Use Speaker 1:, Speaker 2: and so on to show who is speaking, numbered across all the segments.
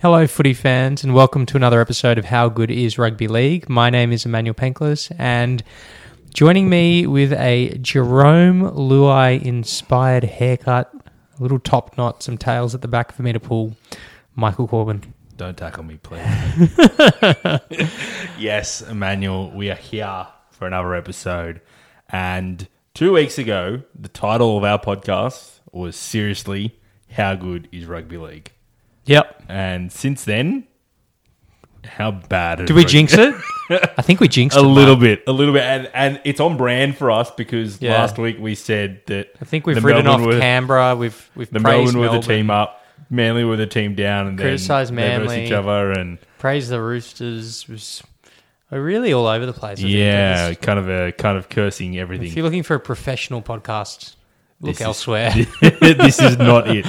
Speaker 1: Hello, footy fans, and welcome to another episode of How Good Is Rugby League. My name is Emmanuel Penklis, and joining me with a Jerome Luai inspired haircut, a little top knot, some tails at the back for me to pull, Michael Corbin.
Speaker 2: Don't tackle me, please. yes, Emmanuel, we are here for another episode. And two weeks ago, the title of our podcast was Seriously, How Good is Rugby League?
Speaker 1: Yep.
Speaker 2: And since then, how bad is
Speaker 1: Did we
Speaker 2: rugby-
Speaker 1: jinx it? I think we jinxed
Speaker 2: A
Speaker 1: it.
Speaker 2: little bit, a little bit, and, and it's on brand for us because
Speaker 1: Yeah.
Speaker 2: last week we said that
Speaker 1: I think we've written off
Speaker 2: were,
Speaker 1: Canberra. We've we've
Speaker 2: the
Speaker 1: praised
Speaker 2: Melbourne were the team up, Manly were the team down, and
Speaker 1: Criticised
Speaker 2: then they versus
Speaker 1: Manly.
Speaker 2: each other, and
Speaker 1: praised the Roosters. Was we're really all over the place. I think.
Speaker 2: Yeah,
Speaker 1: It's-
Speaker 2: kind of a kind of cursing
Speaker 1: If
Speaker 2: everything.
Speaker 1: you're looking for a professional podcast, look
Speaker 2: This is-
Speaker 1: elsewhere.
Speaker 2: this is not it.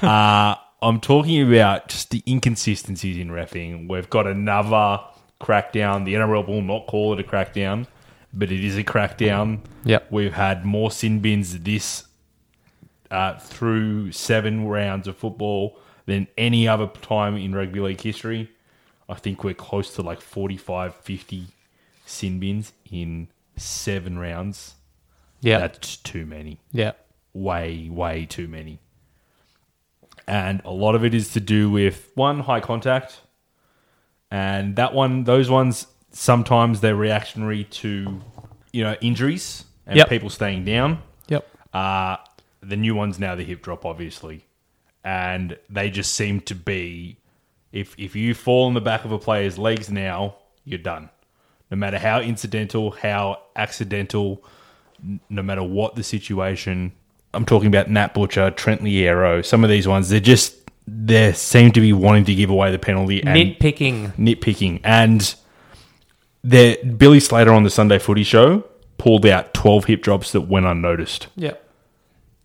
Speaker 2: Uh, I'm talking about just the inconsistencies in refing. We've got another crackdown. The NRL will not call it a crackdown, but it is a crackdown.
Speaker 1: Yep.
Speaker 2: We've had more sin bins this uh, through seven rounds of football than any other time in rugby league history. I think we're close to like 45, 50 sin bins in seven rounds.
Speaker 1: yeah,
Speaker 2: That's too many
Speaker 1: yeah,
Speaker 2: way, way too many. And a lot of it is to do with one, high contact. And that one, those ones, sometimes they're reactionary to, you know, injuries and
Speaker 1: Yep.
Speaker 2: people staying down.
Speaker 1: yep.
Speaker 2: Uh, the new one's now the hip drop, obviously. And they just seem to be if if you fall on the back of a player's legs now, you're done. No matter how incidental, how accidental, n- no matter what the situation. I'm talking about Nat Butcher, Trent Liero, some of these ones, they're just they seem to be wanting to give away the penalty and
Speaker 1: Nitpicking.
Speaker 2: nitpicking. And their Billy Slater on the Sunday footy show pulled out twelve hip drops that went unnoticed
Speaker 1: Yep.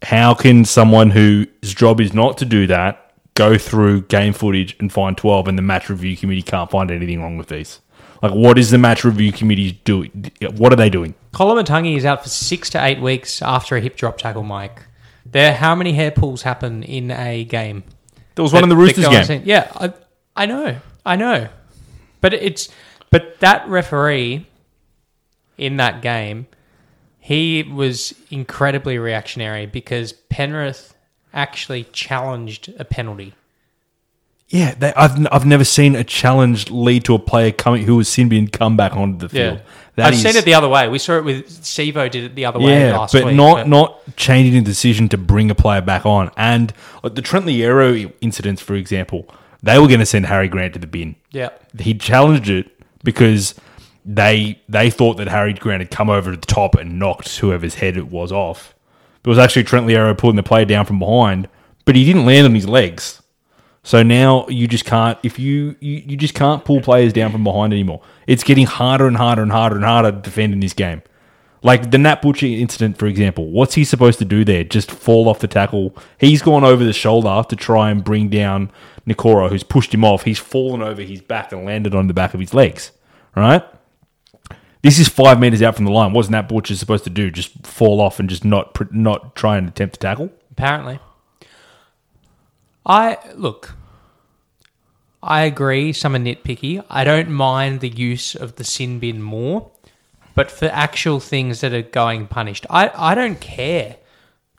Speaker 2: how can someone whose job is not to do that go through game footage and find 12 and the match review committee can't find anything wrong with these? Like, what is the match review committee doing? What are they doing?
Speaker 1: Colin Matangi is out for six to eight weeks after a hip drop tackle, Mike. There, how many hair pulls happen in a game?
Speaker 2: There was one in the Roosters
Speaker 1: that go
Speaker 2: game.
Speaker 1: unseen. Yeah, I, I know, I know, but it's but that referee in that game, he was incredibly reactionary because Penrith actually challenged a penalty.
Speaker 2: Yeah, they, I've, n- I've never seen a challenge lead to a player coming who was sin bin come back onto the field. That
Speaker 1: I've
Speaker 2: is-
Speaker 1: seen it the other way. We saw it with Sevo did it the other way
Speaker 2: yeah,
Speaker 1: last
Speaker 2: but
Speaker 1: week.
Speaker 2: not not changing the decision to bring a player back on. And like, the Trent Liero incidents, for example, they were going to send Harry Grant to the bin.
Speaker 1: yeah,
Speaker 2: he challenged it because they they thought that Harry Grant had come over to the top and knocked whoever's head it was off. It was actually Trent Liero pulling the player down from behind, but he didn't land on his legs. So now you just can't if you, you you just can't pull players down from behind anymore. It's getting harder and harder and harder and harder to defend in this game. Like the Nat Butcher incident, for example, what's he supposed to do there? Just fall off the tackle? He's gone over the shoulder to try and bring down Nikora, who's pushed him off. He's fallen over his back and landed on the back of his legs. Right? This is five meters out from the line. What's Nat Butcher supposed to do? Just fall off and just not pr- not try and attempt to tackle?
Speaker 1: apparently. I look. I agree. Some are nitpicky. I don't mind the use of the sin bin more, but for actual things that are going punished, I I don't care.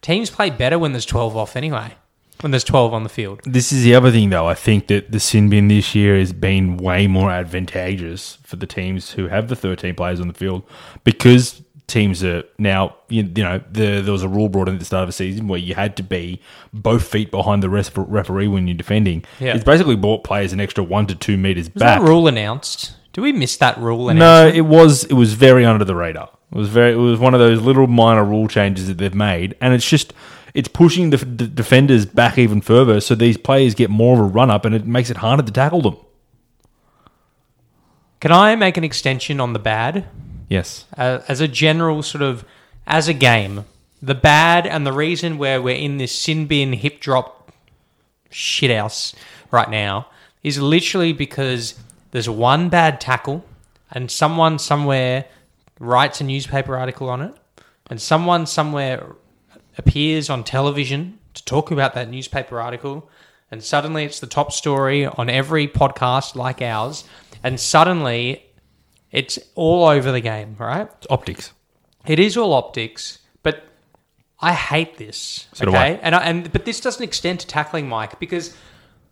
Speaker 1: Teams play better when there's twelve off anyway. When there's twelve on the field,
Speaker 2: This is the other thing, though. I think that the sin bin this year has been way more advantageous for the teams who have the 13 players on the field because teams are now, you, you know, the, there was a rule brought in at the start of the season where you had to be both feet behind the rest referee when you're defending.
Speaker 1: Yeah.
Speaker 2: It's basically brought players an extra one to two meters
Speaker 1: was that
Speaker 2: back.
Speaker 1: rule announced? Do we miss that rule? Announced?
Speaker 2: no, it was it was very under the radar. It was very. It was one of those little minor rule changes that they've made, and it's just it's pushing the, the defenders back even further, so these players get more of a run up, and it makes it harder to tackle them.
Speaker 1: Can I make an extension on the bad?
Speaker 2: Yes.
Speaker 1: uh, as a general sort of as a game the bad and the reason where we're in this sin bin hip drop shit house right now is literally because there's one bad tackle and someone somewhere writes a newspaper article on it and someone somewhere appears on television to talk about that newspaper article and suddenly it's the top story on every podcast like ours and suddenly it's all over the game right
Speaker 2: It's optics.
Speaker 1: it is all optics, but I hate this.
Speaker 2: So do
Speaker 1: okay,
Speaker 2: I.
Speaker 1: and I, and but this doesn't extend to tackling Mike because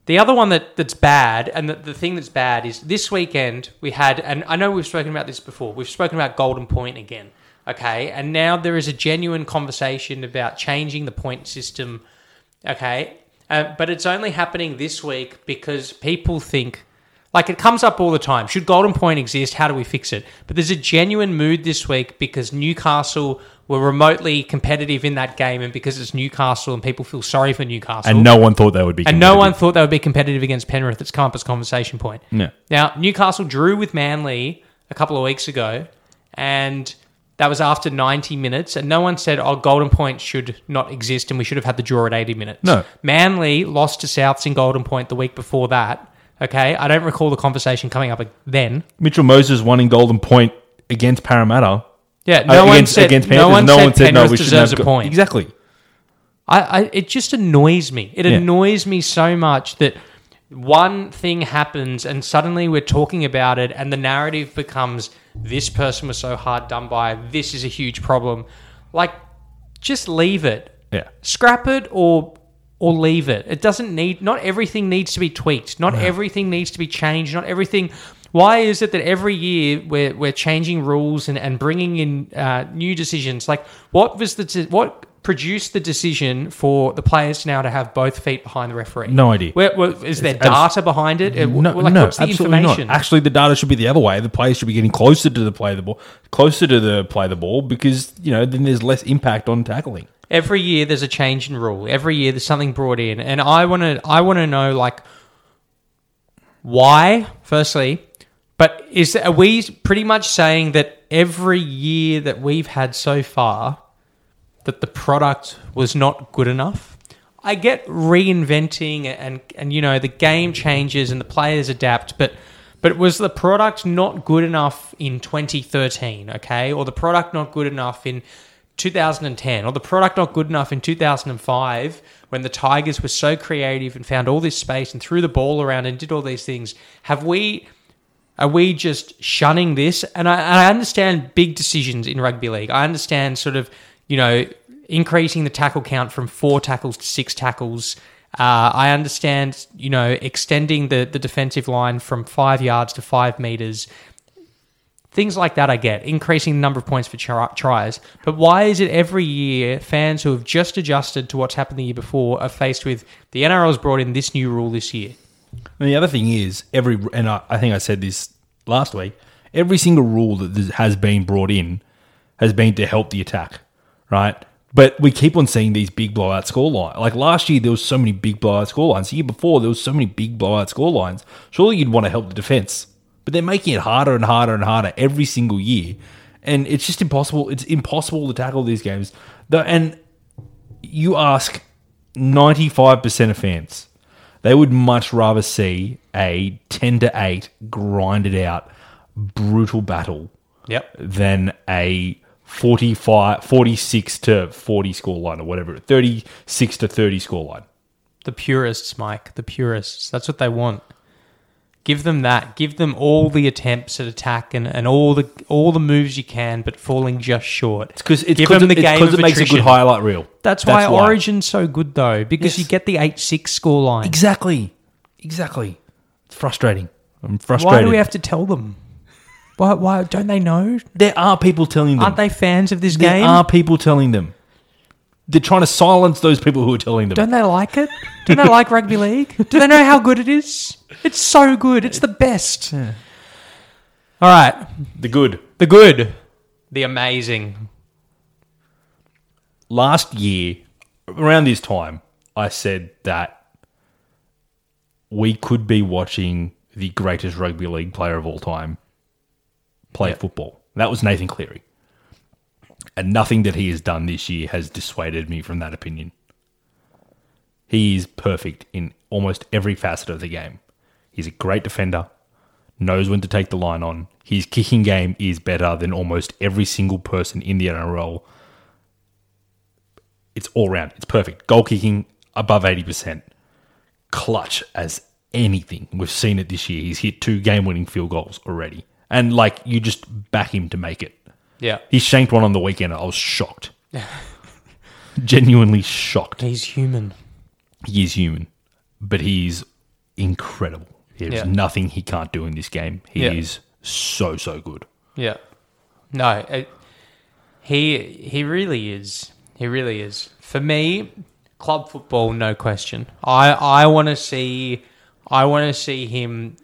Speaker 1: the other one that, that's bad, and the, the thing that's bad is this weekend we had, and I know we've spoken about this before. We've spoken about Golden Point again. Okay, and now there is a genuine conversation about changing the point system. Okay, uh, but it's only happening this week because people think like it comes up all the time. Should Golden Point exist? How do we fix it? But there's a genuine mood this week because Newcastle were remotely competitive in that game, and because it's Newcastle, and people feel sorry for Newcastle.
Speaker 2: And no one thought they would be.
Speaker 1: And no one
Speaker 2: competitive.
Speaker 1: thought they would be competitive against Penrith. It's come up as conversation point.
Speaker 2: Yeah.
Speaker 1: Now Newcastle drew with Manly a couple of weeks ago, and that was after 90 minutes, and no one said, "Oh, Golden Point should not exist, and we should have had the draw at 80 minutes."
Speaker 2: No.
Speaker 1: Manly lost to Souths in Golden Point the week before that. Okay, I don't recall the conversation coming up then.
Speaker 2: Mitchell Moses won in Golden Point against Parramatta.
Speaker 1: Yeah, no
Speaker 2: Uh,
Speaker 1: one
Speaker 2: against,
Speaker 1: said
Speaker 2: against
Speaker 1: no
Speaker 2: Panthers.
Speaker 1: one said, Penrith
Speaker 2: shouldn't
Speaker 1: deserves a
Speaker 2: have go-
Speaker 1: point.
Speaker 2: Exactly.
Speaker 1: I, I it just annoys me. It
Speaker 2: Yeah.
Speaker 1: annoys me so much that one thing happens and suddenly we're talking about it and the narrative becomes this person was so hard done by, this is a huge problem. Like just leave it.
Speaker 2: Yeah.
Speaker 1: Scrap it or or leave it. It doesn't need not everything needs to be tweaked. Not everything needs to be changed. Not everything why is it that every year we're, we're changing rules and, and bringing in uh, new decisions? Like, what was the de- what produced the decision for the players now to have both feet behind the referee?
Speaker 2: No idea.
Speaker 1: Where, where, is there
Speaker 2: It's abs-
Speaker 1: data behind it? It-
Speaker 2: No,
Speaker 1: like,
Speaker 2: no,
Speaker 1: what's the
Speaker 2: absolutely
Speaker 1: information?
Speaker 2: not. Actually, the data should be the other way. The players should be getting closer to the play the ball, closer to the play the ball, because you know then there's less impact on tackling.
Speaker 1: every year there's a change in rule every year there's something brought in and i want to i want to know like why firstly but is are we pretty much saying that every year that we've had so far that the product was not good enough i get reinventing and and you know the game changes and the players adapt but but was the product not good enough in 2013 okay or the product not good enough in 2010 or the product not good enough in 2005 when the tigers were so creative and found all this space and threw the ball around and did all these things have we are we just shunning this? And I, and I understand big decisions in rugby league. I understand sort of, you know, increasing the tackle count from four tackles to six tackles. Uh, I understand, you know, extending the, the defensive line from five yards to five meters. Things like that I get, increasing the number of points for tri- tries. But why is it every year fans who have just adjusted to what's happened the year before are faced with the NRL's brought in this new rule this year?
Speaker 2: And the other thing is every, and I, I think I said this last week. Every single rule that this- has been brought in has been to help the attack, right? But we keep on seeing these big blowout scorelines. Like last year, there was so many big blowout scorelines. The year before, there was so many big blowout scorelines. Surely you'd want to help the defense, but they're making it harder and harder and harder every single year, and it's just impossible. It's impossible to tackle these games. The- And you ask 95% of fans, they would much rather see a 10 to 8 grinded out brutal battle
Speaker 1: Yep.
Speaker 2: than a 45 46 to 40 scoreline or whatever 36 to 30 scoreline
Speaker 1: The purists, Mike. The purists. That's what they want. Give them that. Give them all the attempts at attack and, and all the all the moves you can, but falling just short.
Speaker 2: it's because it's
Speaker 1: Give
Speaker 2: 'cause
Speaker 1: them
Speaker 2: it,
Speaker 1: the
Speaker 2: it's
Speaker 1: game
Speaker 2: 'cause
Speaker 1: of
Speaker 2: it makes a good
Speaker 1: attrition.
Speaker 2: highlight reel
Speaker 1: That's, why, Origin's so good though, because
Speaker 2: Yes.
Speaker 1: you get the eight six score line.
Speaker 2: exactly exactly it's frustrating i'm frustrated
Speaker 1: Why do we have to tell them? Why? Why don't they know?
Speaker 2: there are people telling them
Speaker 1: Aren't they fans of this
Speaker 2: there
Speaker 1: game?
Speaker 2: are people telling them they're trying to silence those people who are telling them
Speaker 1: Don't they like it? Don't they like rugby league? Do they know how good it is? It's so good. It's the best. All right,
Speaker 2: the good
Speaker 1: the good. The amazing.
Speaker 2: last year, around this time, I said that we could be watching the greatest rugby league player of all time play football. That was Nathan Cleary. And nothing that he has done this year has dissuaded me from that opinion. He is perfect in almost every facet of the game. He's a great defender, knows when to take the line on. His kicking game is better than almost every single person in the NRL it's all round. It's perfect. Goal kicking above 80%. Clutch as anything. We've seen it this year. He's hit two game winning field goals already. And like you just back him to make it.
Speaker 1: Yeah.
Speaker 2: He shanked one on the weekend. I was shocked. Genuinely shocked.
Speaker 1: He's human.
Speaker 2: He is human, but he's incredible. There's
Speaker 1: Yeah.
Speaker 2: nothing he can't do in this game. He
Speaker 1: Yeah.
Speaker 2: is so, so good.
Speaker 1: Yeah. No, it, he he really is. He really is. For me, club football, no question. I I want to see I want to see him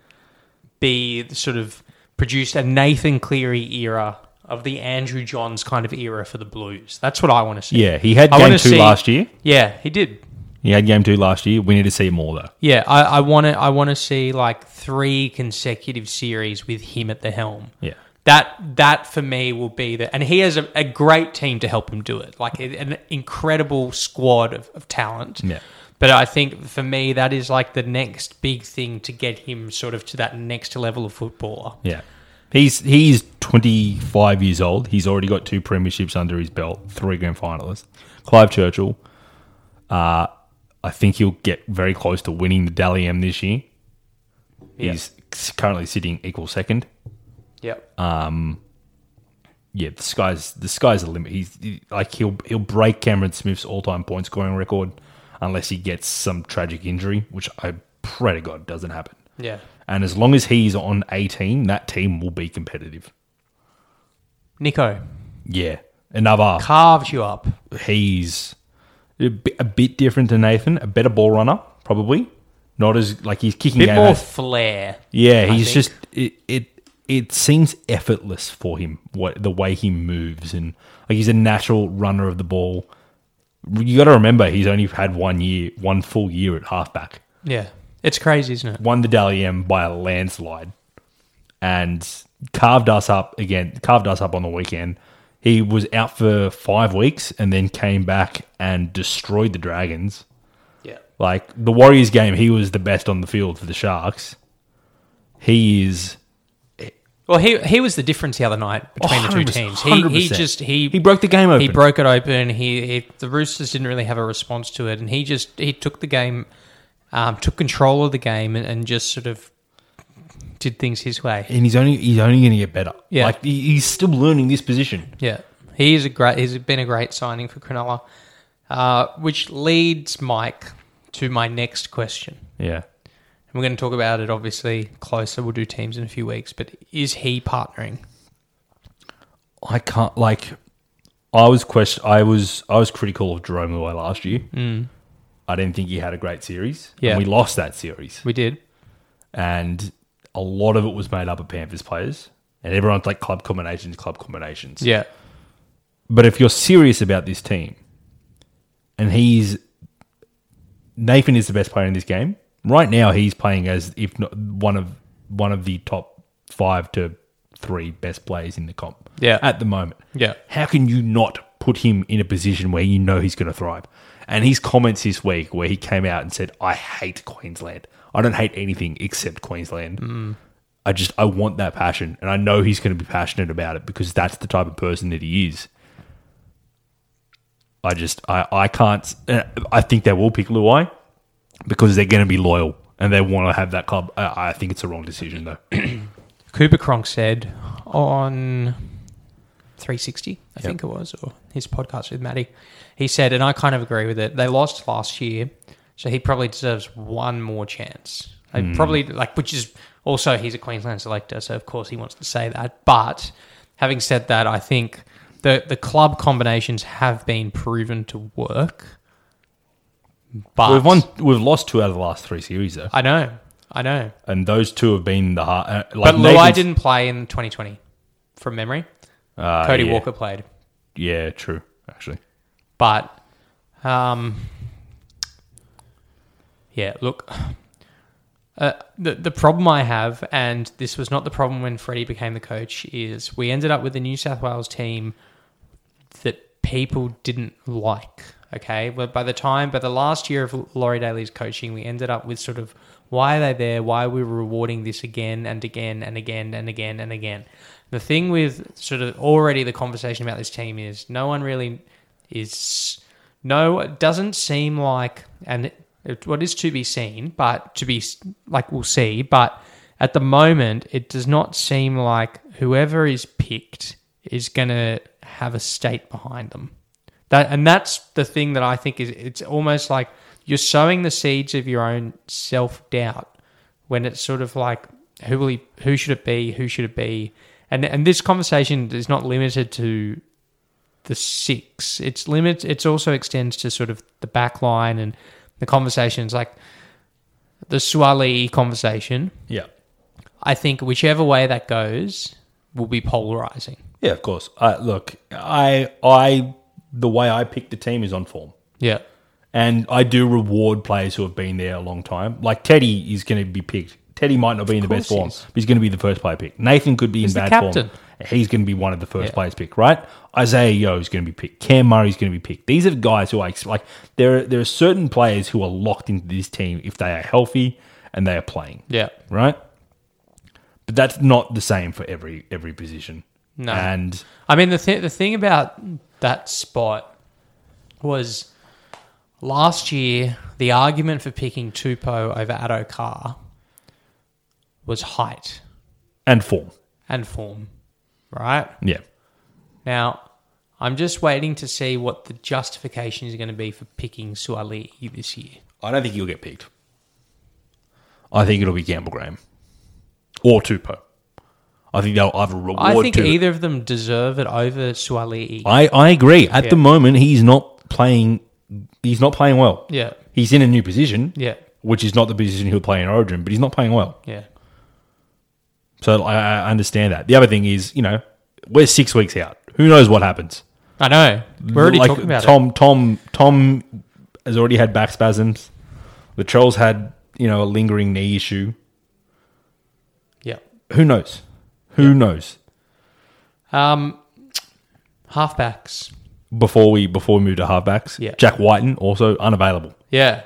Speaker 1: be the sort of produce a Nathan Cleary era of the Andrew Johns kind of era for the Blues. That's what I want to see.
Speaker 2: Yeah, he had
Speaker 1: I
Speaker 2: game
Speaker 1: wanna
Speaker 2: two
Speaker 1: see-
Speaker 2: last year.
Speaker 1: Yeah, he did.
Speaker 2: He had game two last year. We need to see more though.
Speaker 1: Yeah, I, I want to. I want to see like three consecutive series with him at the helm.
Speaker 2: Yeah.
Speaker 1: that that for me will be the and he has a, a great team to help him do it. Like a- an incredible squad of, of talent.
Speaker 2: Yeah.
Speaker 1: But I think for me that is like the next big thing to get him sort of to that next level of footballer.
Speaker 2: Yeah. He's he's 25 years old. He's already got two premierships under his belt, three grand finalists. Clive Churchill, uh, I think he'll get very close to winning the Dally M this year.
Speaker 1: Yeah.
Speaker 2: He's currently sitting equal second.
Speaker 1: Yep.
Speaker 2: Yeah, the sky's the sky's the limit. He's he- like he'll he'll break Cameron Smith's all-time point scoring record unless he gets some tragic injury, which I pray to God doesn't happen.
Speaker 1: yeah.
Speaker 2: And as long as he's on 18, that team will be competitive.
Speaker 1: Nico
Speaker 2: Yeah, another
Speaker 1: carved you up.
Speaker 2: he's a bit, a bit different to Nathan, a better ball runner, probably. Not as like he's kicking
Speaker 1: Bit
Speaker 2: game
Speaker 1: more
Speaker 2: has-
Speaker 1: flair.
Speaker 2: yeah, he's
Speaker 1: think.
Speaker 2: just it, it. It seems effortless for him. What the way he moves and like he's a natural runner of the ball. You got to remember he's only had one year, one full year at halfback.
Speaker 1: Yeah. It's crazy, isn't it?
Speaker 2: Won the Dally M by a landslide, and carved us up again. Carved us up on the weekend. He was out for five weeks and then came back and destroyed the Dragons.
Speaker 1: Yeah.
Speaker 2: Like the Warriors game, he was the best on the field for the Sharks. He is
Speaker 1: Well, he he was the difference the other night between the two
Speaker 2: 100%,
Speaker 1: teams. He he
Speaker 2: 100%.
Speaker 1: just he
Speaker 2: he broke the game open.
Speaker 1: He broke it open. He, he the Roosters didn't really have a response to it, and he just he took the game, um, took control of the game, and, and just sort of did things his way.
Speaker 2: and he's only he's only going to get better.
Speaker 1: Yeah.
Speaker 2: like he, he's still learning this position.
Speaker 1: Yeah, he is a great. He's been a great signing for Cronulla, uh, which leads Mike to my next question.
Speaker 2: Yeah,
Speaker 1: And we're going to talk about it obviously closer. We'll do teams in a few weeks, but is he partnering?
Speaker 2: I can't like. I was question. I was I was critical of Jerome Luai last year. I didn't think he had a great series.
Speaker 1: Hmm. Yeah.
Speaker 2: and we lost that series,
Speaker 1: We did.
Speaker 2: and a lot of it was made up of Panthers players. And everyone's like club combinations, club combinations.
Speaker 1: Yeah,
Speaker 2: But if you're serious about this team, and he's Nathan is the best player in this game right now. He's playing as if not one of one of the top five to three best players in the comp.
Speaker 1: Yeah.
Speaker 2: at the moment.
Speaker 1: Yeah.
Speaker 2: how can you not put him in a position where you know he's going to thrive? And his comments this week, where he came out and said, "I hate Queensland. I don't hate anything except Queensland." I just I want that passion, and I know he's going to be passionate about it because that's the type of person that he is. I just I I can't. uh, I think they will pick Luai because they're going to be loyal and they want to have that club. I, I think it's the wrong decision though.
Speaker 1: Cooper Cronk said on 360, I think it was, or his podcast with Maddie. He said, and I kind of agree with it. They lost last year, so he probably deserves one more chance. They
Speaker 2: Hmm.
Speaker 1: Probably like, which is also he's a Queensland selector, so of course he wants to say that. But having said that, I think the the club combinations have been proven to work. But
Speaker 2: we've won. We've lost two out of the last three series though,
Speaker 1: I know, I know.
Speaker 2: and those two have been the hard. Uh,
Speaker 1: But
Speaker 2: like
Speaker 1: Luai
Speaker 2: Nathan's-
Speaker 1: didn't play in 2020, from memory.
Speaker 2: Uh,
Speaker 1: Cody
Speaker 2: yeah.
Speaker 1: Walker played,
Speaker 2: Yeah, true. Actually,
Speaker 1: but um, yeah. Look, uh, the the problem I have, and this was not the problem when Freddie became the coach, is we ended up with a New South Wales team that people didn't like. Okay, but by the time, by the last year of Laurie Daly's coaching, we ended up with sort of why are they there? Why are we rewarding this again and again and again and again and again? The thing with sort of already the conversation about this team is no one really is no it doesn't seem like and it, what is to be seen, but to be s- like we'll see, but at the moment it does not seem like whoever is picked is going to have a state behind them. That and that's the thing that I think is it's almost like you're sowing the seeds of your own self-doubt when it's sort of like who will he, who should it be, who should it be? And and this conversation is not limited to the six. It's limits. It's also extends to sort of the back line and the conversations, like the Swali conversation.
Speaker 2: yeah,
Speaker 1: I think whichever way that goes will be polarizing.
Speaker 2: yeah. Of course. Uh, look, I, I, the way I pick the team is on form.
Speaker 1: Yeah,
Speaker 2: And I do reward players who have been there a long time. Like Teddy is going to be picked. Teddy might not be in the
Speaker 1: course
Speaker 2: best
Speaker 1: he
Speaker 2: form,
Speaker 1: is.
Speaker 2: but he's going to be the first player picked. Nathan could be
Speaker 1: He's
Speaker 2: in
Speaker 1: the
Speaker 2: bad form.
Speaker 1: captain.
Speaker 2: He's going to be one of the first
Speaker 1: Yeah.
Speaker 2: players picked, right? Isaiah Yo is going to be picked. Cam Murray is going to be picked. These are guys who I ex- like. There, are, there are certain players who are locked into this team if they are healthy and they are playing
Speaker 1: yeah,
Speaker 2: right? But that's not the same for every every position.
Speaker 1: No.
Speaker 2: and
Speaker 1: I mean, the th- the thing about that spot was last year the argument for picking Tupou over Addo Carr was height
Speaker 2: and form.
Speaker 1: and form, right?
Speaker 2: Yeah,
Speaker 1: Now, I'm just waiting to see what the justification is going to be for picking Suali this year.
Speaker 2: I don't think he'll get picked. I think it'll be Gamble Graham or Tupo. I think they'll either reward.
Speaker 1: I think
Speaker 2: Tupo-
Speaker 1: either of them deserve it over Suali.
Speaker 2: I I agree. At
Speaker 1: Yeah.
Speaker 2: the moment, he's not playing. He's not playing well.
Speaker 1: Yeah,
Speaker 2: He's in a new position,
Speaker 1: yeah,
Speaker 2: which is not the position he'll play in Origin, but he's not playing well.
Speaker 1: yeah,
Speaker 2: So I, I understand that. The other thing is, you know, we're six weeks out. Who knows what happens?
Speaker 1: I know. We're already
Speaker 2: Like,
Speaker 1: talking about it.
Speaker 2: Tom, Tom, Tom has already had back spasms. Latrell's had you know a lingering knee issue.
Speaker 1: Yeah.
Speaker 2: Who knows? Who knows?
Speaker 1: Um, halfbacks.
Speaker 2: Before we before we move to halfbacks,
Speaker 1: Yeah.
Speaker 2: Jack Whiten also unavailable.
Speaker 1: Yeah,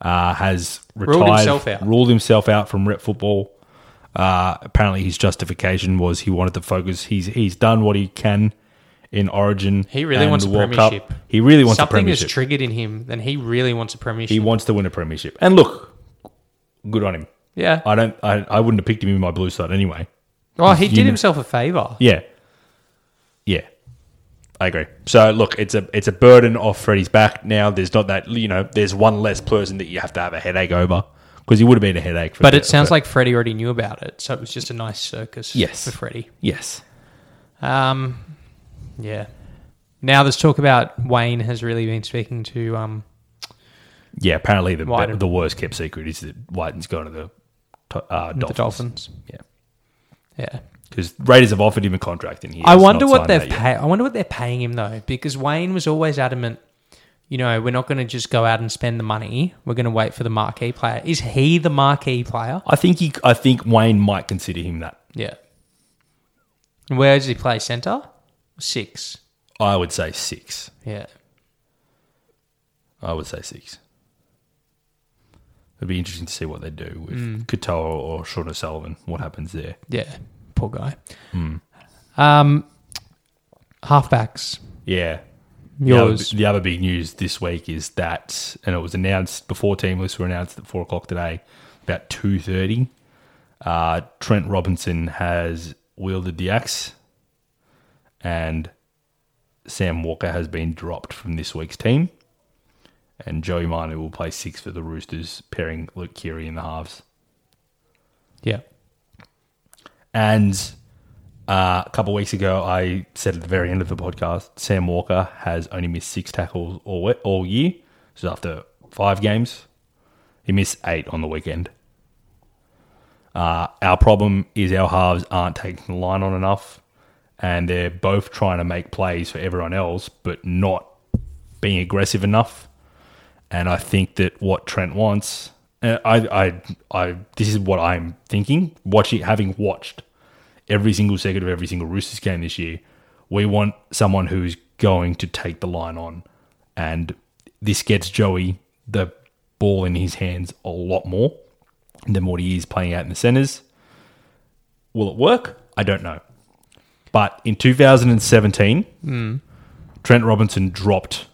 Speaker 2: Uh, has retired,
Speaker 1: Ruled himself out.
Speaker 2: ruled himself out from rep football. Uh, apparently, his justification was he wanted to focus. He's he's done what he can in Origin.
Speaker 1: He really
Speaker 2: and
Speaker 1: wants
Speaker 2: the
Speaker 1: a
Speaker 2: World Cup.
Speaker 1: premiership.
Speaker 2: He really wants a
Speaker 1: something is
Speaker 2: premiership.
Speaker 1: triggered in him. Then he really wants a premiership.
Speaker 2: he wants to win a premiership. And look, good on him.
Speaker 1: yeah.
Speaker 2: I don't. I, I wouldn't have picked him in my blue side anyway.
Speaker 1: Well, he did
Speaker 2: know-
Speaker 1: himself a favor.
Speaker 2: Yeah, yeah, I agree. So look, it's a it's a burden off Freddie's back now. There's not that you know. There's one less person that you have to have a headache over because he would have been a headache. For
Speaker 1: But
Speaker 2: the-
Speaker 1: it sounds
Speaker 2: for-
Speaker 1: like Freddie already knew about it, so it was just a nice circus.
Speaker 2: Yes.
Speaker 1: for Freddie.
Speaker 2: yes,
Speaker 1: Um, yeah. Now there's talk about Wayne has really been speaking to. Um,
Speaker 2: yeah. Apparently, the
Speaker 1: Whiten.
Speaker 2: the worst kept secret is that Whiten's going to the to- uh, Dolphins.
Speaker 1: The Dolphins.
Speaker 2: Yeah,
Speaker 1: Yeah.
Speaker 2: because Raiders have offered him a contract, and he
Speaker 1: I
Speaker 2: has
Speaker 1: wonder
Speaker 2: not
Speaker 1: what
Speaker 2: signed
Speaker 1: they've
Speaker 2: that yet.
Speaker 1: pay- I wonder what they're paying him though, because Wayne was always adamant. You know, we're not going to just go out and spend the money. We're going to wait for the marquee player. Is he the marquee player?
Speaker 2: I think he. I think Wayne might consider him that.
Speaker 1: Yeah. And Where does he play? Center, six.
Speaker 2: I would say six.
Speaker 1: Yeah.
Speaker 2: I would say six. It'd be interesting to see what they do with Katoa or Sean O'Sullivan. What happens there?
Speaker 1: Yeah. Poor guy.
Speaker 2: Hmm.
Speaker 1: Um, halfbacks.
Speaker 2: Yeah.
Speaker 1: Yours.
Speaker 2: The other, the other big news this week is that, and it was announced before team lists were announced at four o'clock today, about two thirty. Uh, Trent Robinson has wielded the axe, and Sam Walker has been dropped from this week's team, and Joey Manu will play six for the Roosters, pairing Luke Keary in the halves.
Speaker 1: Yeah.
Speaker 2: And uh, a couple of weeks ago, I said at the very end of the podcast, Sam Walker has only missed six tackles all we- all year. So after five games, he missed eight on the weekend. Uh, our problem is our halves aren't taking the line on enough, and they're both trying to make plays for everyone else, but not being aggressive enough. And I think that what Trent wants, uh, I, I, I, this is what I'm thinking. Watching, having watched every single second of every single Roosters game this year, we want someone who's going to take the line on, and this gets Joey the ball in his hands a lot more than what he is playing out in the centres. Will it work? I don't know. But in 2017, Trent Robinson dropped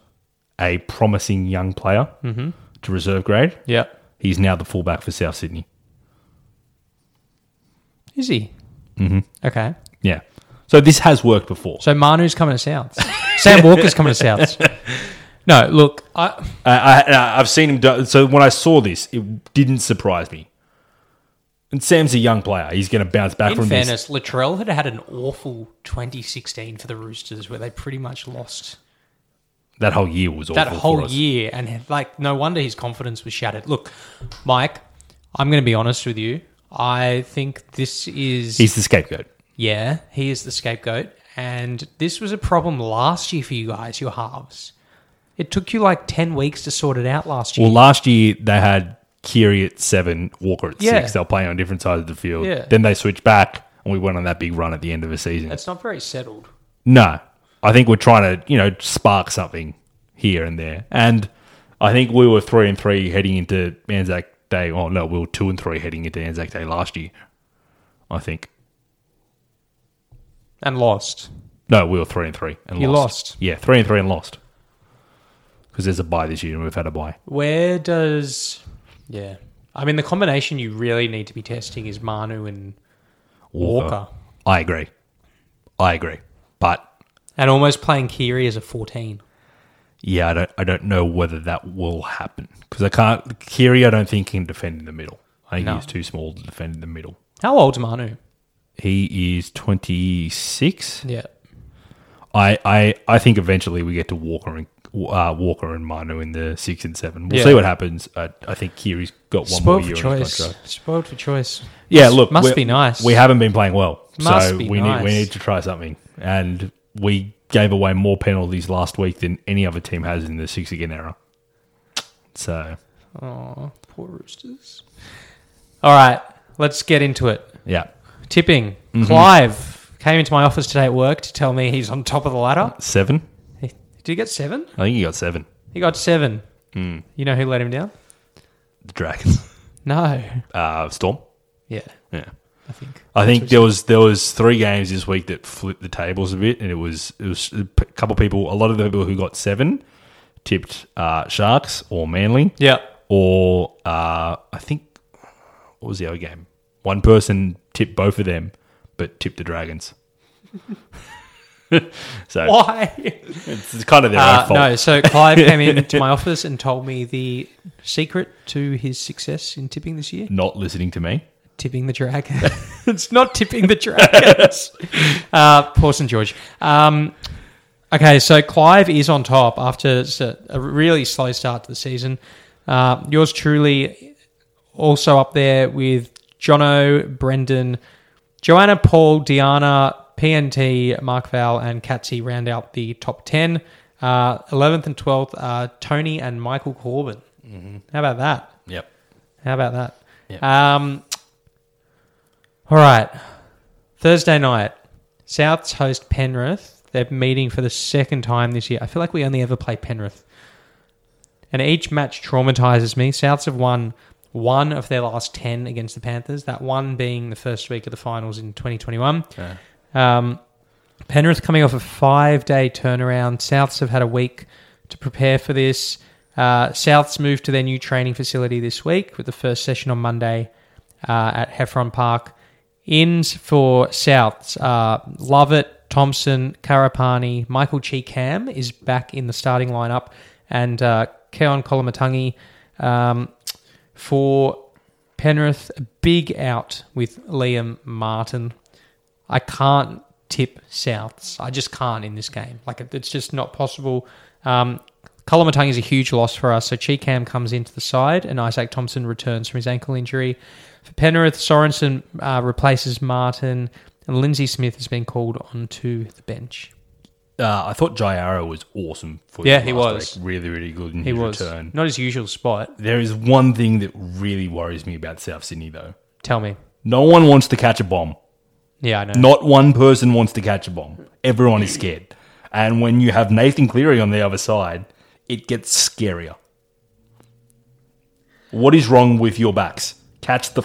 Speaker 2: a promising young player
Speaker 1: Mm-hmm.
Speaker 2: to reserve grade.
Speaker 1: Yeah.
Speaker 2: He's now the fullback for South Sydney.
Speaker 1: Is he? Mm-hmm. Okay.
Speaker 2: Yeah. So this has worked before.
Speaker 1: So Manu's coming to South. Sam Walker's coming to South. No, look, I,
Speaker 2: Uh, I, I, I've seen him. Do, so when I saw this, it didn't surprise me. And Sam's a young player. He's going to bounce back
Speaker 1: in
Speaker 2: from this.
Speaker 1: fairness, Latrell had had an awful 2016 for the Roosters where they pretty much lost
Speaker 2: That whole year was awful.
Speaker 1: that
Speaker 2: for
Speaker 1: whole
Speaker 2: us.
Speaker 1: year. And, like, no wonder his confidence was shattered. Look, Mike, I'm going to be honest with you. I think this is.
Speaker 2: He's the scapegoat.
Speaker 1: Yeah, he is the scapegoat. And this was a problem last year for you guys, your halves. It took you like 10 weeks to sort it out last year.
Speaker 2: Well, last year they had Kiri at seven, Walker at
Speaker 1: Yeah.
Speaker 2: six. They'll play on different sides of the field.
Speaker 1: Yeah.
Speaker 2: Then they switched back, and we went on that big run at the end of the season.
Speaker 1: That's not very settled.
Speaker 2: No, I think we're trying to you know spark something here and there, and I think we were three and three heading into Anzac Day. Oh no, we were two and three heading into Anzac Day last year. I think
Speaker 1: And lost.
Speaker 2: no, we were three and three and
Speaker 1: You
Speaker 2: lost.
Speaker 1: lost.
Speaker 2: Yeah, three and three and lost because there's a buy this year, and we've had a buy.
Speaker 1: Where does. Yeah. I mean, the combination you really need to be testing is Manu and. Walker.
Speaker 2: I agree. I agree, but
Speaker 1: And almost playing Kiri as a 14.
Speaker 2: yeah, I don't, I don't know whether that will happen because I can't. Kiri, I don't think can defend in the middle. I think
Speaker 1: No.
Speaker 2: he's too small to defend in the middle.
Speaker 1: How old's Manu?
Speaker 2: He is twenty six.
Speaker 1: Yeah.
Speaker 2: I, I, I think eventually we get to Walker and uh, Walker and Manu in the six and seven. We'll
Speaker 1: Yeah.
Speaker 2: see what happens. I, I think Kiri's got one more
Speaker 1: Spoiled for
Speaker 2: year in his
Speaker 1: choice.
Speaker 2: contract.
Speaker 1: Spoiled for choice.
Speaker 2: Yeah, look,
Speaker 1: Must
Speaker 2: we're-
Speaker 1: be nice.
Speaker 2: We haven't been playing well,
Speaker 1: Must
Speaker 2: so
Speaker 1: be
Speaker 2: we need we
Speaker 1: nice.
Speaker 2: need to try something. And we gave away more penalties last week than any other team has in the six again era. So
Speaker 1: Oh, poor Roosters. All right, let's get into it.
Speaker 2: yeah,
Speaker 1: Tipping.
Speaker 2: Mm-hmm.
Speaker 1: Clive came into my office today at work to tell me he's on top of the ladder.
Speaker 2: seven.
Speaker 1: Did he get seven?
Speaker 2: I think you got seven.
Speaker 1: He got seven.
Speaker 2: Mm.
Speaker 1: You know who let him down?
Speaker 2: The Dragons,
Speaker 1: No.
Speaker 2: uh, Storm.
Speaker 1: Yeah,
Speaker 2: Yeah.
Speaker 1: I think.
Speaker 2: I think there was there was three games this week that flipped the tables a bit, and it was it was a p- couple people. A lot of the people who got seven tipped uh, Sharks or Manly,
Speaker 1: Yeah.
Speaker 2: or uh, I think what was the other game? One person tipped both of them, but tipped the Dragons. so
Speaker 1: Why?
Speaker 2: it's kind of their own
Speaker 1: Uh,
Speaker 2: fault.
Speaker 1: no, so Clive came into my office and told me the secret to his success in tipping this year.
Speaker 2: Not listening to me.
Speaker 1: tipping the dragon. it's not tipping the dragons. uh, poor St. George. Um, okay, so Clive is on top after s- a really slow start to the season. Uh, yours truly also up there with Jono, Brendan, Joanna, Paul, Diana, PNT, Mark Val, and Katsy round out the top 10. Uh, 11th and 12th are Tony and Michael Corbin. How about that?
Speaker 2: Yep.
Speaker 1: How about that?
Speaker 2: Yep.
Speaker 1: Um, all right. Thursday night, Souths host Penrith. They're meeting for the second time this year. I feel like we only ever play Penrith. And each match traumatizes me. Souths have won one of their last 10 against the Panthers, that one being the first week of the finals in 2021. Um, Penrith coming off a five day turnaround. Souths have had a week to prepare for this. Uh, Souths moved to their new training facility this week with the first session on Monday uh, at Heffron Park. Ins for Souths uh, Lovett, Thompson, Karapani, Michael Cheekam is back in the starting lineup, and uh, Keon Kolamatangi. Um, for Penrith, a big out with Liam Martin. I can't tip Souths. I just can't in this game. Like it- it's just not possible. Um, Kalamatang is a huge loss for us. So Cheekam comes into the side, and Isaac Thompson returns from his ankle injury. For Penrith, Sorensen uh, replaces Martin. And Lindsay Smith has been called onto the bench.
Speaker 2: Uh, I thought Jairo was awesome. for
Speaker 1: Yeah,
Speaker 2: you
Speaker 1: he
Speaker 2: last
Speaker 1: was.
Speaker 2: week. really, really good in
Speaker 1: He
Speaker 2: his
Speaker 1: was
Speaker 2: return.
Speaker 1: not his usual spot.
Speaker 2: There is one thing that really worries me about South Sydney, though.
Speaker 1: Tell me.
Speaker 2: No one wants to catch a bomb.
Speaker 1: Yeah, I know.
Speaker 2: Not one person wants to catch a bomb. Everyone is scared. And when you have Nathan Cleary on the other side, it gets scarier. What is wrong with your backs? Catch the.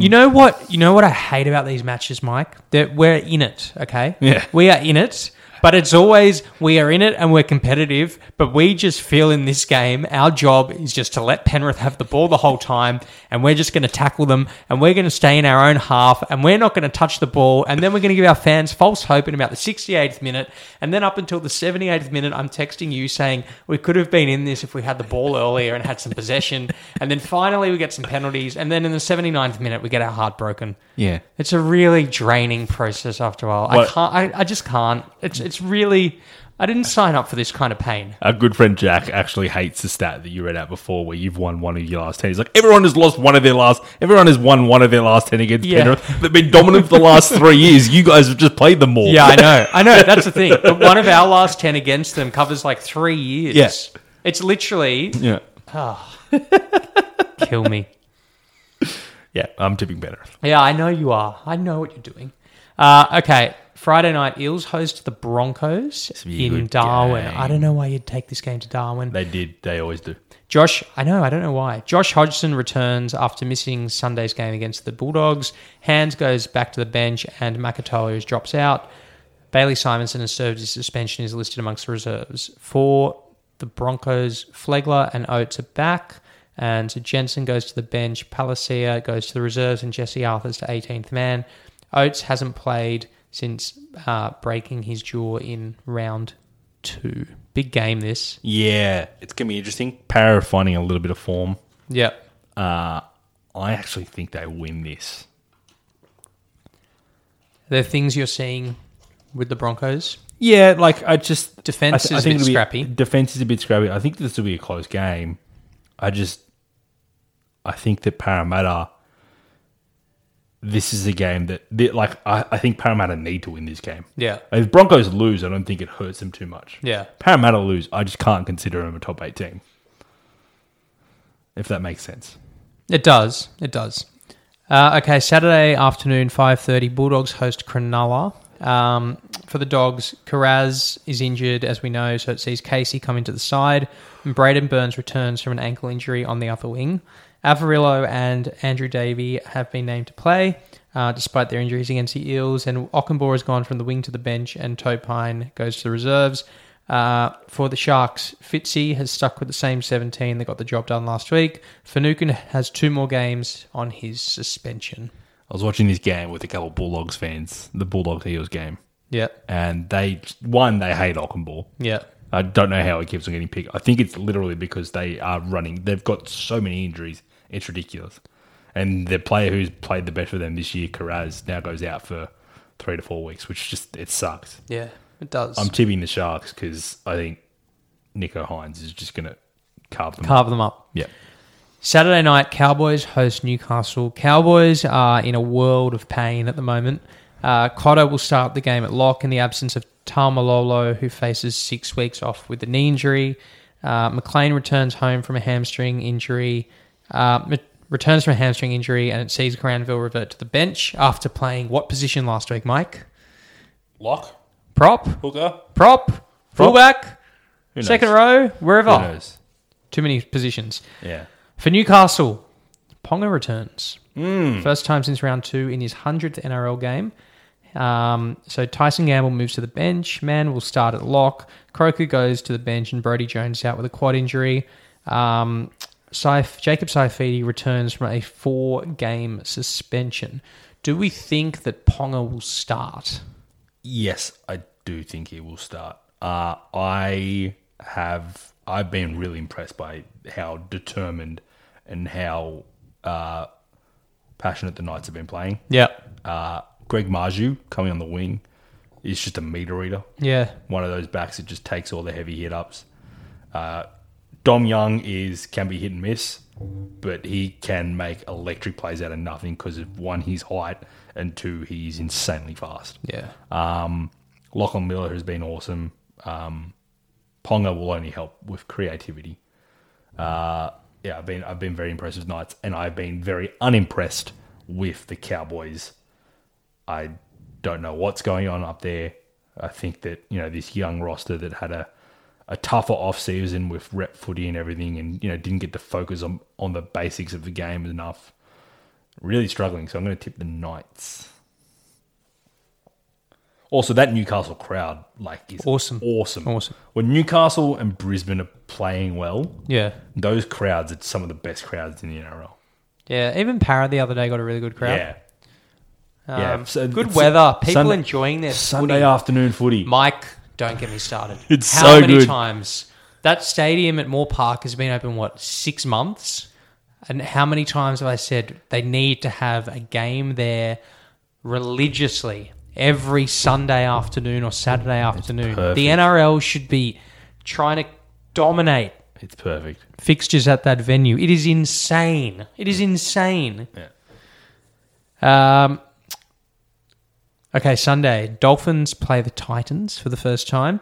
Speaker 1: You know what? You know what I hate about these matches, Mike. That we're in it. Okay.
Speaker 2: Yeah.
Speaker 1: We are in it, but it's always we are in it and we're competitive. But we just feel in this game, our job is just to let Penrith have the ball the whole time, and we're just going to tackle them, and we're going to stay in our own half, and we're not going to touch the ball, and then we're going to give our fans false hope in about the 68th minute, and then up until the 78th minute, I'm texting you saying we could have been in this if we had the ball earlier and had some possession, and then finally we get some penalties, and then in the 79th minute we get our heart broken.
Speaker 2: Yeah.
Speaker 1: It's a really draining process after a while.
Speaker 2: What-
Speaker 1: I can't. I, I just can't. It's it's really. I didn't sign up for this kind of pain.
Speaker 2: Our good friend Jack actually hates the stat that you read out before where you've won one of your last 10. He's like, everyone has lost one of their last, everyone has won one of their last 10 against
Speaker 1: Yeah.
Speaker 2: Penrith. They've been dominant for the last three years. You guys have just played them all.
Speaker 1: Yeah, I know. I know. That's the thing. But one of our last ten against them covers like three years.
Speaker 2: Yeah.
Speaker 1: It's literally
Speaker 2: Yeah.
Speaker 1: kill me.
Speaker 2: Yeah. I'm tipping Penrith.
Speaker 1: Yeah, I know you are. I know what you're doing. Uh, okay. Friday night, Eels host the Broncos
Speaker 2: be a
Speaker 1: in
Speaker 2: good
Speaker 1: Darwin.
Speaker 2: game.
Speaker 1: I don't know why you'd take this game to Darwin.
Speaker 2: They did. They always do.
Speaker 1: Josh, I know, I don't know why. Josh Hodgson returns after missing Sunday's game against the Bulldogs. Hands goes back to the bench and Makatoa drops out. Bailey Simonson has served his suspension, is listed amongst the reserves. For the Broncos, Flegler and Oates are back. And so Jensen goes to the bench, Palacia goes to the reserves, and Jesse Arthur's to 18th man. Oates hasn't played since uh, breaking his jaw in round two. Big game, this.
Speaker 2: Yeah. It's going to be interesting. Para finding a little bit of form.
Speaker 1: Yep.
Speaker 2: Uh, I actually think they win this.
Speaker 1: the things you're seeing with the Broncos.
Speaker 2: Yeah, like I just
Speaker 1: Defense
Speaker 2: I th- I
Speaker 1: is a
Speaker 2: think
Speaker 1: bit
Speaker 2: it'll be-
Speaker 1: scrappy.
Speaker 2: defense is a bit scrappy. I think this will be a close game. I just I think that Parramatta. This is a game that, that like I, I think Parramatta need to win this game.
Speaker 1: Yeah.
Speaker 2: If Broncos lose, I don't think it hurts them too much.
Speaker 1: Yeah.
Speaker 2: Parramatta lose, I just can't consider them a top eight team. If that makes sense.
Speaker 1: It does. It does. Uh, okay, Saturday afternoon, 5.30, Bulldogs host Cronulla. Um, for the Dogs, Carraz is injured, as we know, so it sees Casey come into the side. And Braden Burns returns from an ankle injury on the other wing. Avarillo and Andrew Davey have been named to play, uh, despite their injuries against the Eels. And Ockenbore has gone from the wing to the bench, and Topine goes to the reserves. Uh, for the Sharks, Fitzy has stuck with the same 17 that got the job done last week. Fanukin has two more games on his suspension.
Speaker 2: I was watching this game with a couple Bulldogs fans, the Bulldogs Eels game,
Speaker 1: Yep.
Speaker 2: and they one they hate Ockenball.
Speaker 1: Yep.
Speaker 2: I don't know how it keeps on getting picked. I think it's literally because they are running. They've got so many injuries. It's ridiculous. And the player who's played the best for them this year, Carraz, now goes out for three to four weeks, which just it sucks.
Speaker 1: Yeah, it does.
Speaker 2: I'm tipping the Sharks because I think Nico Hines is just going to carve them. up.
Speaker 1: Carve them up.
Speaker 2: yeah.
Speaker 1: Saturday night, Cowboys host Newcastle. Cowboys are in a world of pain at the moment. Uh, Cotto will start the game at lock in the absence of Tamalolo, who faces six weeks off with a knee injury. Uh, McLean returns home from a hamstring injury. Uh, m- returns from a hamstring injury, and it sees Granville revert to the bench after playing what position last week, Mike?
Speaker 2: Lock,
Speaker 1: Prop,
Speaker 2: hooker.
Speaker 1: prop, fullback,
Speaker 2: Who knows?
Speaker 1: second row, Oh. wherever.
Speaker 2: Who knows?
Speaker 1: Too many positions.
Speaker 2: Yeah.
Speaker 1: For Newcastle, Ponga returns.
Speaker 2: Hmm.
Speaker 1: First time since round two in his 100th NRL game. Um, so Tyson Gamble moves to the bench. Mann will start at lock. Croker goes to the bench, and Brody Jones is out with a quad injury. Um, Saif, Jacob Saifidi returns from a four game suspension. Do we think that Ponga will start?
Speaker 2: Yes, I do think he will start. Uh, I have I've been really impressed by how determined and how uh, passionate the Knights have been playing.
Speaker 1: Yeah.
Speaker 2: Uh, Greg Marju coming on the wing is just a meter eater.
Speaker 1: Yeah.
Speaker 2: One of those backs that just takes all the heavy hit ups. Uh, Dom Young is can be hit and miss. but he can make electric plays out of nothing because of one, his height, and two, he's insanely fast.
Speaker 1: Yeah.
Speaker 2: Um, Lachlan Miller has been awesome. Um, Ponga will only help with creativity. Uh, yeah, I've been I've been very impressed with Knights, and I've been very unimpressed with the Cowboys. I don't know what's going on up there. I think that you know this young roster that had a a tougher off season with rep footy and everything, and you know didn't get to focus on on the basics of the game enough. Really struggling, so I'm going to tip the Knights. Also, that Newcastle crowd like is
Speaker 1: Awesome.
Speaker 2: awesome,
Speaker 1: Awesome.
Speaker 2: When Newcastle and Brisbane are playing well,
Speaker 1: Yeah.
Speaker 2: those crowds are some of the best crowds in the NRL.
Speaker 1: Yeah. Even Para the other day got a really good crowd.
Speaker 2: Yeah, yeah.
Speaker 1: Um,
Speaker 2: So
Speaker 1: good
Speaker 2: it's-
Speaker 1: weather. People
Speaker 2: Sunday-
Speaker 1: enjoying their
Speaker 2: Sunday
Speaker 1: footy.
Speaker 2: afternoon footy.
Speaker 1: Mike, don't get me started.
Speaker 2: It's
Speaker 1: How
Speaker 2: so
Speaker 1: many
Speaker 2: good.
Speaker 1: times that stadium at Moore Park has been open what six months, and how many times have I said they need to have a game there religiously every Sunday afternoon or Saturday afternoon?
Speaker 2: perfect.
Speaker 1: The NRL should be trying to dominate
Speaker 2: it's perfect.
Speaker 1: fixtures at that venue. It is insane. It is insane.
Speaker 2: Yeah.
Speaker 1: Um, okay, Sunday. Dolphins play the Titans for the first time.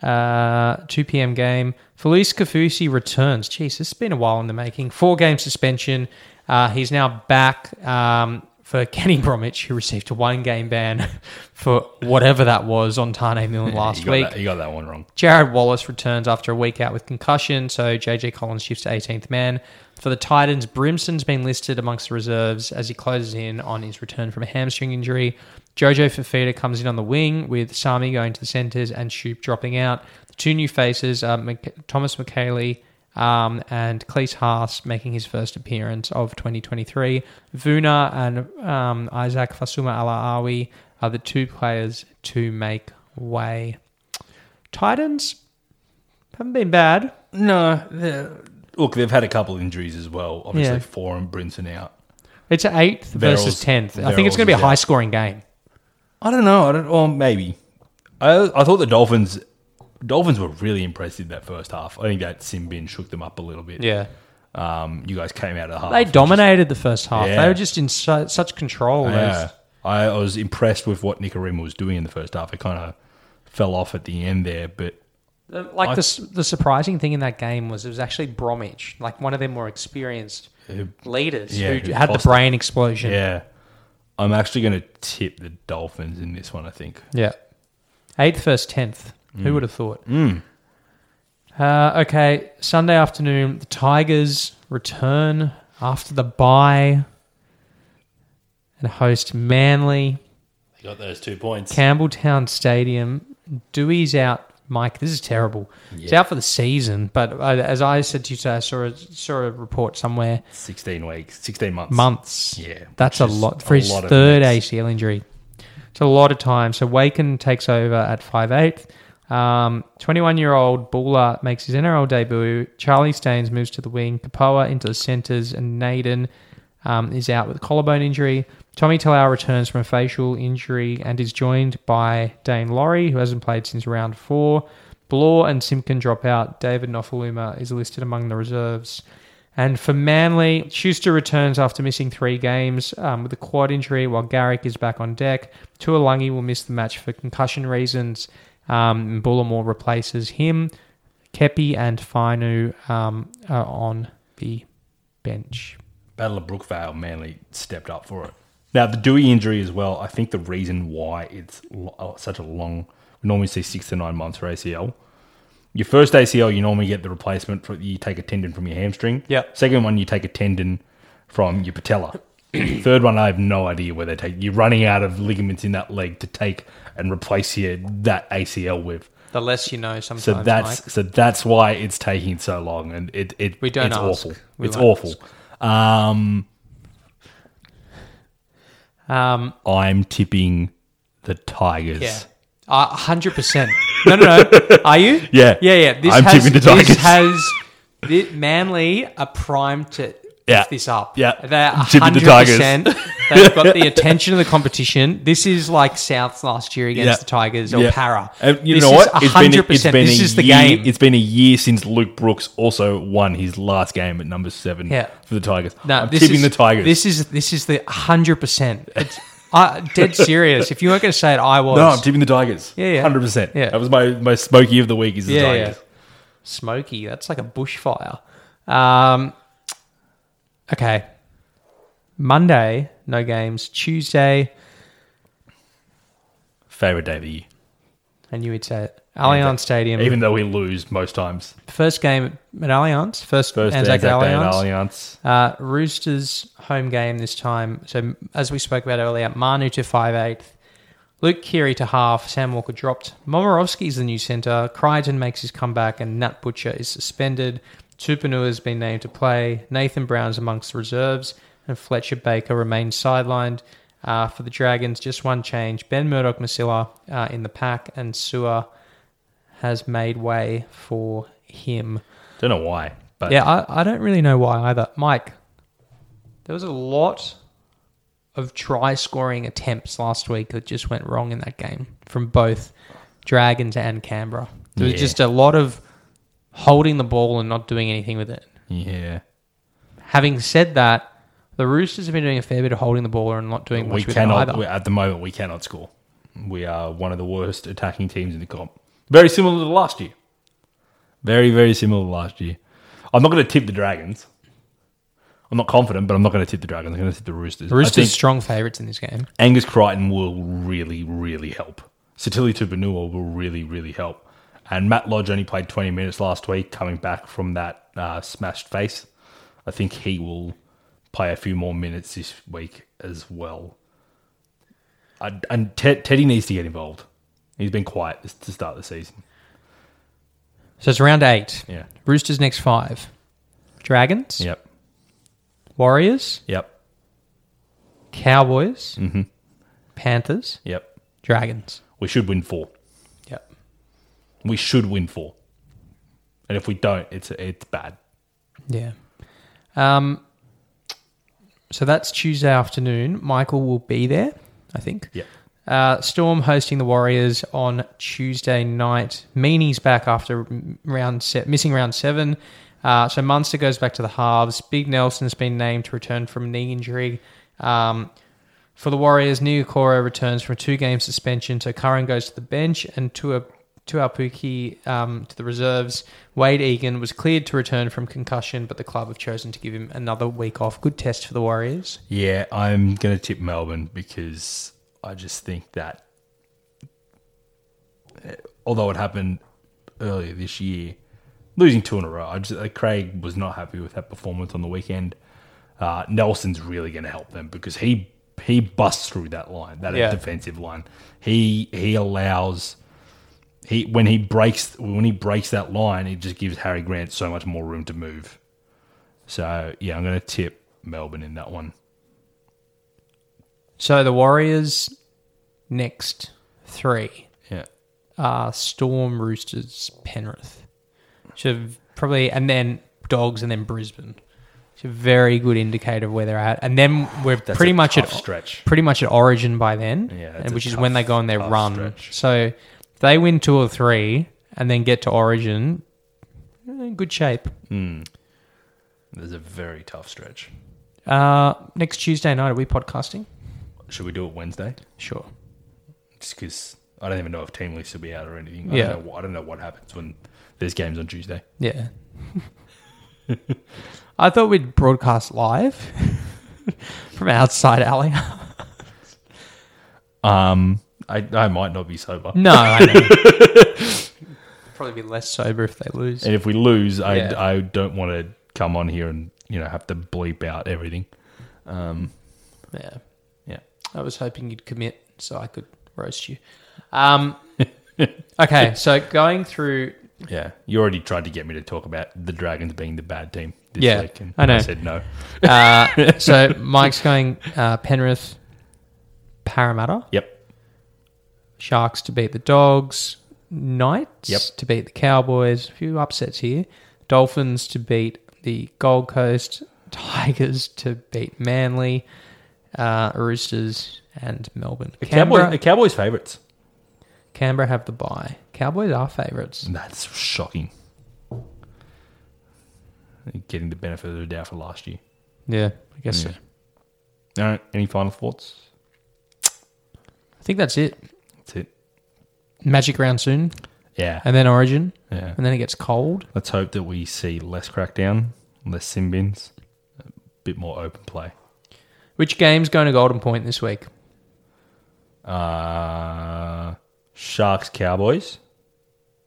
Speaker 1: Uh, 2 p.m. game. Felice Kafusi returns. Jeez, this has been a while in the making. Four game suspension. Uh, he's now back um, for Kenny Bromwich, who received a one game ban for whatever that was on Tane Milne last
Speaker 2: you got
Speaker 1: week.
Speaker 2: That, you got that one wrong.
Speaker 1: Jared Wallace returns after a week out with concussion, so JJ Collins shifts to 18th man. For the Titans, Brimson's been listed amongst the reserves as he closes in on his return from a hamstring injury. Jojo Fafita comes in on the wing with Sami going to the centres and Shoop dropping out. The two new faces are Mc- Thomas McKayley um, and Cleese Haas making his first appearance of 2023. Vuna and um, Isaac Fasuma Alaawi are the two players to make way. Titans haven't been bad.
Speaker 2: No, they're- look, they've had a couple injuries as well. Obviously,
Speaker 1: Yeah.
Speaker 2: four and Brinson out.
Speaker 1: It's eighth versus
Speaker 2: Verrills-
Speaker 1: tenth. I think it's
Speaker 2: Verrills
Speaker 1: going to be a
Speaker 2: is out.
Speaker 1: high scoring game.
Speaker 2: I don't know. I don't. Or maybe. I I thought the Dolphins. Dolphins were really impressive that first half. I think that sim bin shook them up a little bit.
Speaker 1: Yeah,
Speaker 2: Um, you guys came out of the half.
Speaker 1: they dominated the first half.
Speaker 2: Yeah.
Speaker 1: They were just in su- such control.
Speaker 2: Yeah.
Speaker 1: Yeah.
Speaker 2: I, I was impressed with what Nicarima was doing in the first half. It kind of fell off at the end there, but
Speaker 1: uh, Like the s- the surprising thing in that game was it was actually Bromwich, like one of their more experienced leaders
Speaker 2: yeah,
Speaker 1: who
Speaker 2: who
Speaker 1: had the
Speaker 2: tossed it.
Speaker 1: brain explosion.
Speaker 2: uh, yeah, I'm actually going to tip the Dolphins in this one. I think.
Speaker 1: Yeah. Eighth versus tenth. Who would have thought? Uh, okay, Sunday afternoon, the Tigers return after the bye and host Manly,
Speaker 2: They got those two points.
Speaker 1: Campbelltown Stadium. Dewey's out. Mike, this is terrible. It's out for the season, but uh, as I said to you today, I saw a, saw a report somewhere
Speaker 2: Sixteen weeks, sixteen months.
Speaker 1: months.
Speaker 2: Yeah,
Speaker 1: that's a
Speaker 2: which is
Speaker 1: lot for
Speaker 2: a
Speaker 1: his
Speaker 2: lot of
Speaker 1: third
Speaker 2: minutes.
Speaker 1: ACL injury. It's a lot of time. So Waken takes over at five eighth. Um, 21-year-old Buller makes his NRL debut. Charlie Staines moves to the wing. Kapoa into the centres, and Naden um, is out with a collarbone injury. Tommy Talau returns from a facial injury and is joined by Dane Laurie, who hasn't played since round four. Blore and Simpkin drop out. David Nofaluma is listed among the reserves. And for Manly, Schuster returns after missing three games um, with a quad injury, while Garrick is back on deck. Tuolungi will miss the match for concussion reasons. Um, Bullimore replaces him. Kepi and Finu um, are on the bench.
Speaker 2: Battle of Brookvale, Manly stepped up for it. Now the Dewey injury as well. I think the reason why it's lo- oh, such a long, we normally see six to nine months for ACL. Your first ACL, you normally get the replacement. For, you take a tendon from your hamstring.
Speaker 1: Yep.
Speaker 2: Second one, you take a tendon from your patella. Third one, I have no idea where they take. You're running out of ligaments in that leg to take and replace your that ACL with.
Speaker 1: The less you know, sometimes.
Speaker 2: So that's so that's why it's taking so long, and it it
Speaker 1: We don't
Speaker 2: it's
Speaker 1: ask.
Speaker 2: awful.
Speaker 1: We
Speaker 2: it's
Speaker 1: won't
Speaker 2: awful. Um,
Speaker 1: Um,
Speaker 2: I'm tipping the Tigers.
Speaker 1: yeah, uh, hundred percent. No, no, no. Are you?
Speaker 2: Yeah.
Speaker 1: yeah, yeah. This
Speaker 2: I'm
Speaker 1: has,
Speaker 2: tipping the
Speaker 1: This
Speaker 2: Tigers.
Speaker 1: has thi- Manly are primed to
Speaker 2: Yeah.
Speaker 1: f this up.
Speaker 2: Yeah.
Speaker 1: they're
Speaker 2: I'm tipping the
Speaker 1: hundred
Speaker 2: Tigers.
Speaker 1: percent. They've got the attention of the competition. This is like South's last year against
Speaker 2: Yeah.
Speaker 1: the Tigers or
Speaker 2: Yeah.
Speaker 1: Para.
Speaker 2: And you
Speaker 1: This
Speaker 2: know
Speaker 1: is
Speaker 2: what? It's been,
Speaker 1: 100%.
Speaker 2: it's been
Speaker 1: this
Speaker 2: a
Speaker 1: is the
Speaker 2: year,
Speaker 1: game.
Speaker 2: It's been a year since Luke Brooks also won his last game at number seven
Speaker 1: Yeah.
Speaker 2: for the Tigers.
Speaker 1: No,
Speaker 2: I'm
Speaker 1: this
Speaker 2: tipping
Speaker 1: is,
Speaker 2: the Tigers.
Speaker 1: This is this is the hundred percent. I dead serious. If you weren't going to say it, I was.
Speaker 2: no, I'm tipping the Tigers.
Speaker 1: Yeah, yeah.
Speaker 2: 100%.
Speaker 1: Yeah.
Speaker 2: That was my, my smoky of the week is the
Speaker 1: yeah, yeah.
Speaker 2: Tigers.
Speaker 1: Smoky. That's like a bushfire. Um, okay. Monday, no games. Tuesday,
Speaker 2: Favorite day of the year.
Speaker 1: I knew he'd say it. Allianz Stadium.
Speaker 2: Even though we lose most times.
Speaker 1: first game at Allianz. First,
Speaker 2: First
Speaker 1: Anzac
Speaker 2: Anzac Day
Speaker 1: Allianz.
Speaker 2: at Allianz.
Speaker 1: Uh, Roosters home game this time. So as we spoke about earlier, Manu to five eighth, Luke Keary to half, Sam Walker dropped. Momorowski's the new centre. Crichton makes his comeback and Nat Butcher is suspended. Tupanu has been named to play. Nathan Brown's amongst the reserves and Fletcher Baker remains sidelined. Uh, for the Dragons, just one change. Ben Murdoch Masilla uh, in the pack and Sewer has made way for him.
Speaker 2: Don't know why, but
Speaker 1: Yeah, I, I don't really know why either. Mike, there was a lot of try scoring attempts last week that just went wrong in that game from both Dragons and Canberra. There was
Speaker 2: Yeah.
Speaker 1: just a lot of holding the ball and not doing anything with it.
Speaker 2: yeah.
Speaker 1: Having said that, the Roosters have been doing a fair bit of holding the ball and not doing much
Speaker 2: we
Speaker 1: with it
Speaker 2: cannot
Speaker 1: either.
Speaker 2: we, at the moment we cannot score we are one of the worst attacking teams in the comp very similar to last year very very similar to last year i'm not going to tip the dragons i'm not confident but i'm not going to tip the dragons i'm going to tip the roosters
Speaker 1: The Roosters
Speaker 2: i think
Speaker 1: strong favourites in this game.
Speaker 2: angus crichton will really really help satili tupanua will really really help and matt lodge only played 20 minutes last week coming back from that uh, smashed face i think he will play a few more minutes this week as well I, and Ted, Teddy needs to get involved. He's been quiet s- to start the season.
Speaker 1: So it's round eight.
Speaker 2: Yeah.
Speaker 1: Roosters next five. Dragons,
Speaker 2: Yep.
Speaker 1: Warriors,
Speaker 2: Yep.
Speaker 1: Cowboys, Panthers,
Speaker 2: Yep.
Speaker 1: Dragons.
Speaker 2: We should win four.
Speaker 1: Yep.
Speaker 2: We should win four. And if we don't, it's it's bad.
Speaker 1: Yeah. Um, so that's Tuesday afternoon. Michael will be there, I think.
Speaker 2: Yep.
Speaker 1: Uh, Storm hosting the Warriors on Tuesday night. Meany's back after m- round se- missing round seven. Uh, so Munster goes back to the halves. Big Nelson's been named to return from knee injury. Um, for the Warriors, Niokora returns from a two-game suspension, so Curran goes to the bench and Tua Tuapuki um, to the reserves. Wade Egan was cleared to return from concussion, but the club have chosen to give him another week off. Good test for the Warriors.
Speaker 2: Yeah, I'm gonna tip Melbourne because I just think that eh, although it happened earlier this year, losing two in a row, I just like, Craig was not happy with that performance on the weekend. Uh, Nelson's really going to help them because he he busts through that line, that
Speaker 1: Yeah.
Speaker 2: defensive line. He he allows he when he breaks when he breaks that line, it just gives Harry Grant so much more room to move. So yeah, I'm going to tip Melbourne in that one.
Speaker 1: So the Warriors next three
Speaker 2: Yeah.
Speaker 1: are Storm, Roosters, Penrith. So probably and then Dogs and then Brisbane. It's a very good indicator of where they're at. And then we're
Speaker 2: That's
Speaker 1: pretty
Speaker 2: a
Speaker 1: much
Speaker 2: tough
Speaker 1: at
Speaker 2: stretch.
Speaker 1: pretty much at Origin by then,
Speaker 2: Yeah, that's
Speaker 1: and
Speaker 2: a
Speaker 1: which is
Speaker 2: tough,
Speaker 1: when they go on their
Speaker 2: tough
Speaker 1: run.
Speaker 2: stretch.
Speaker 1: So if they win two or three and then get to Origin, eh, good shape.
Speaker 2: There's a very tough stretch.
Speaker 1: Uh, next Tuesday night, are we podcasting?
Speaker 2: Should we do it Wednesday?
Speaker 1: Sure.
Speaker 2: Just because I don't even know if team lists will be out or anything. I
Speaker 1: Yeah.
Speaker 2: Don't know, wh- I don't know what happens when there's games on Tuesday.
Speaker 1: Yeah. I thought we'd broadcast live from outside alley.
Speaker 2: Um, I, I might not be sober.
Speaker 1: No, I know. Probably be less sober if they lose.
Speaker 2: And if we lose, I,
Speaker 1: Yeah.
Speaker 2: I don't want to come on here and, you know, have to bleep out everything. Um,
Speaker 1: Yeah.
Speaker 2: Yeah.
Speaker 1: I was hoping you'd commit so I could roast you. Um, okay, so going through
Speaker 2: Yeah. You already tried to get me to talk about the Dragons being the bad team this
Speaker 1: Yeah,
Speaker 2: week. And
Speaker 1: I know.
Speaker 2: I said no.
Speaker 1: Uh, so Mike's going uh, Penrith, Parramatta,
Speaker 2: Yep.
Speaker 1: Sharks to beat the Dogs, Knights
Speaker 2: Yep.
Speaker 1: to beat the Cowboys. A few upsets here. Dolphins to beat the Gold Coast, Tigers to beat Manly, uh, Roosters, and Melbourne.
Speaker 2: The
Speaker 1: Canberra,
Speaker 2: Cowboys, the Cowboys favourites.
Speaker 1: Canberra have the bye. Cowboys are favourites.
Speaker 2: That's shocking. Getting the benefit of the doubt for last year.
Speaker 1: Yeah, I guess so.
Speaker 2: All right. Any final thoughts?
Speaker 1: I think that's it.
Speaker 2: That's it.
Speaker 1: Magic round soon,
Speaker 2: Yeah.
Speaker 1: and then Origin,
Speaker 2: Yeah.
Speaker 1: and then it gets cold.
Speaker 2: Let's hope that we see less crackdown, less sin bins, a bit more open play.
Speaker 1: Which game's going to Golden Point this week?
Speaker 2: Uh, Sharks Cowboys.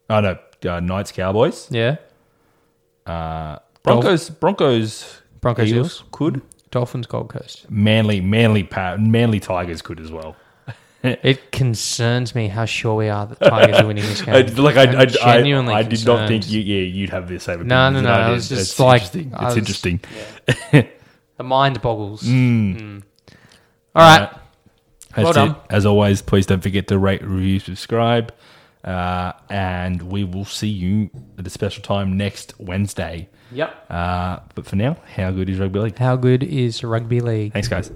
Speaker 2: Oh no, uh, Knights Cowboys.
Speaker 1: Yeah,
Speaker 2: Uh, Broncos Broncos
Speaker 1: Broncos Eels.
Speaker 2: could
Speaker 1: Dolphins Gold Coast.
Speaker 2: Manly Manly pa- Manly Tigers could as well.
Speaker 1: It concerns me how sure we are that Tigers are winning this game.
Speaker 2: I, like I,
Speaker 1: I'm
Speaker 2: I, I,
Speaker 1: genuinely
Speaker 2: I did not
Speaker 1: concerned.
Speaker 2: think you, yeah, you'd have the same.
Speaker 1: No,
Speaker 2: opinion
Speaker 1: no,
Speaker 2: that
Speaker 1: no,
Speaker 2: I
Speaker 1: I
Speaker 2: did.
Speaker 1: was just
Speaker 2: It's
Speaker 1: like-
Speaker 2: interesting.
Speaker 1: I
Speaker 2: it's
Speaker 1: was-
Speaker 2: interesting.
Speaker 1: The mind boggles. Mm. All right.
Speaker 2: That's
Speaker 1: Well
Speaker 2: it.
Speaker 1: done.
Speaker 2: As always, please don't forget to rate, review, subscribe, uh, and we will see you at a special time next Wednesday.
Speaker 1: Yep.
Speaker 2: Uh, but for now, how good is rugby league?
Speaker 1: How good is rugby league?
Speaker 2: Thanks, guys.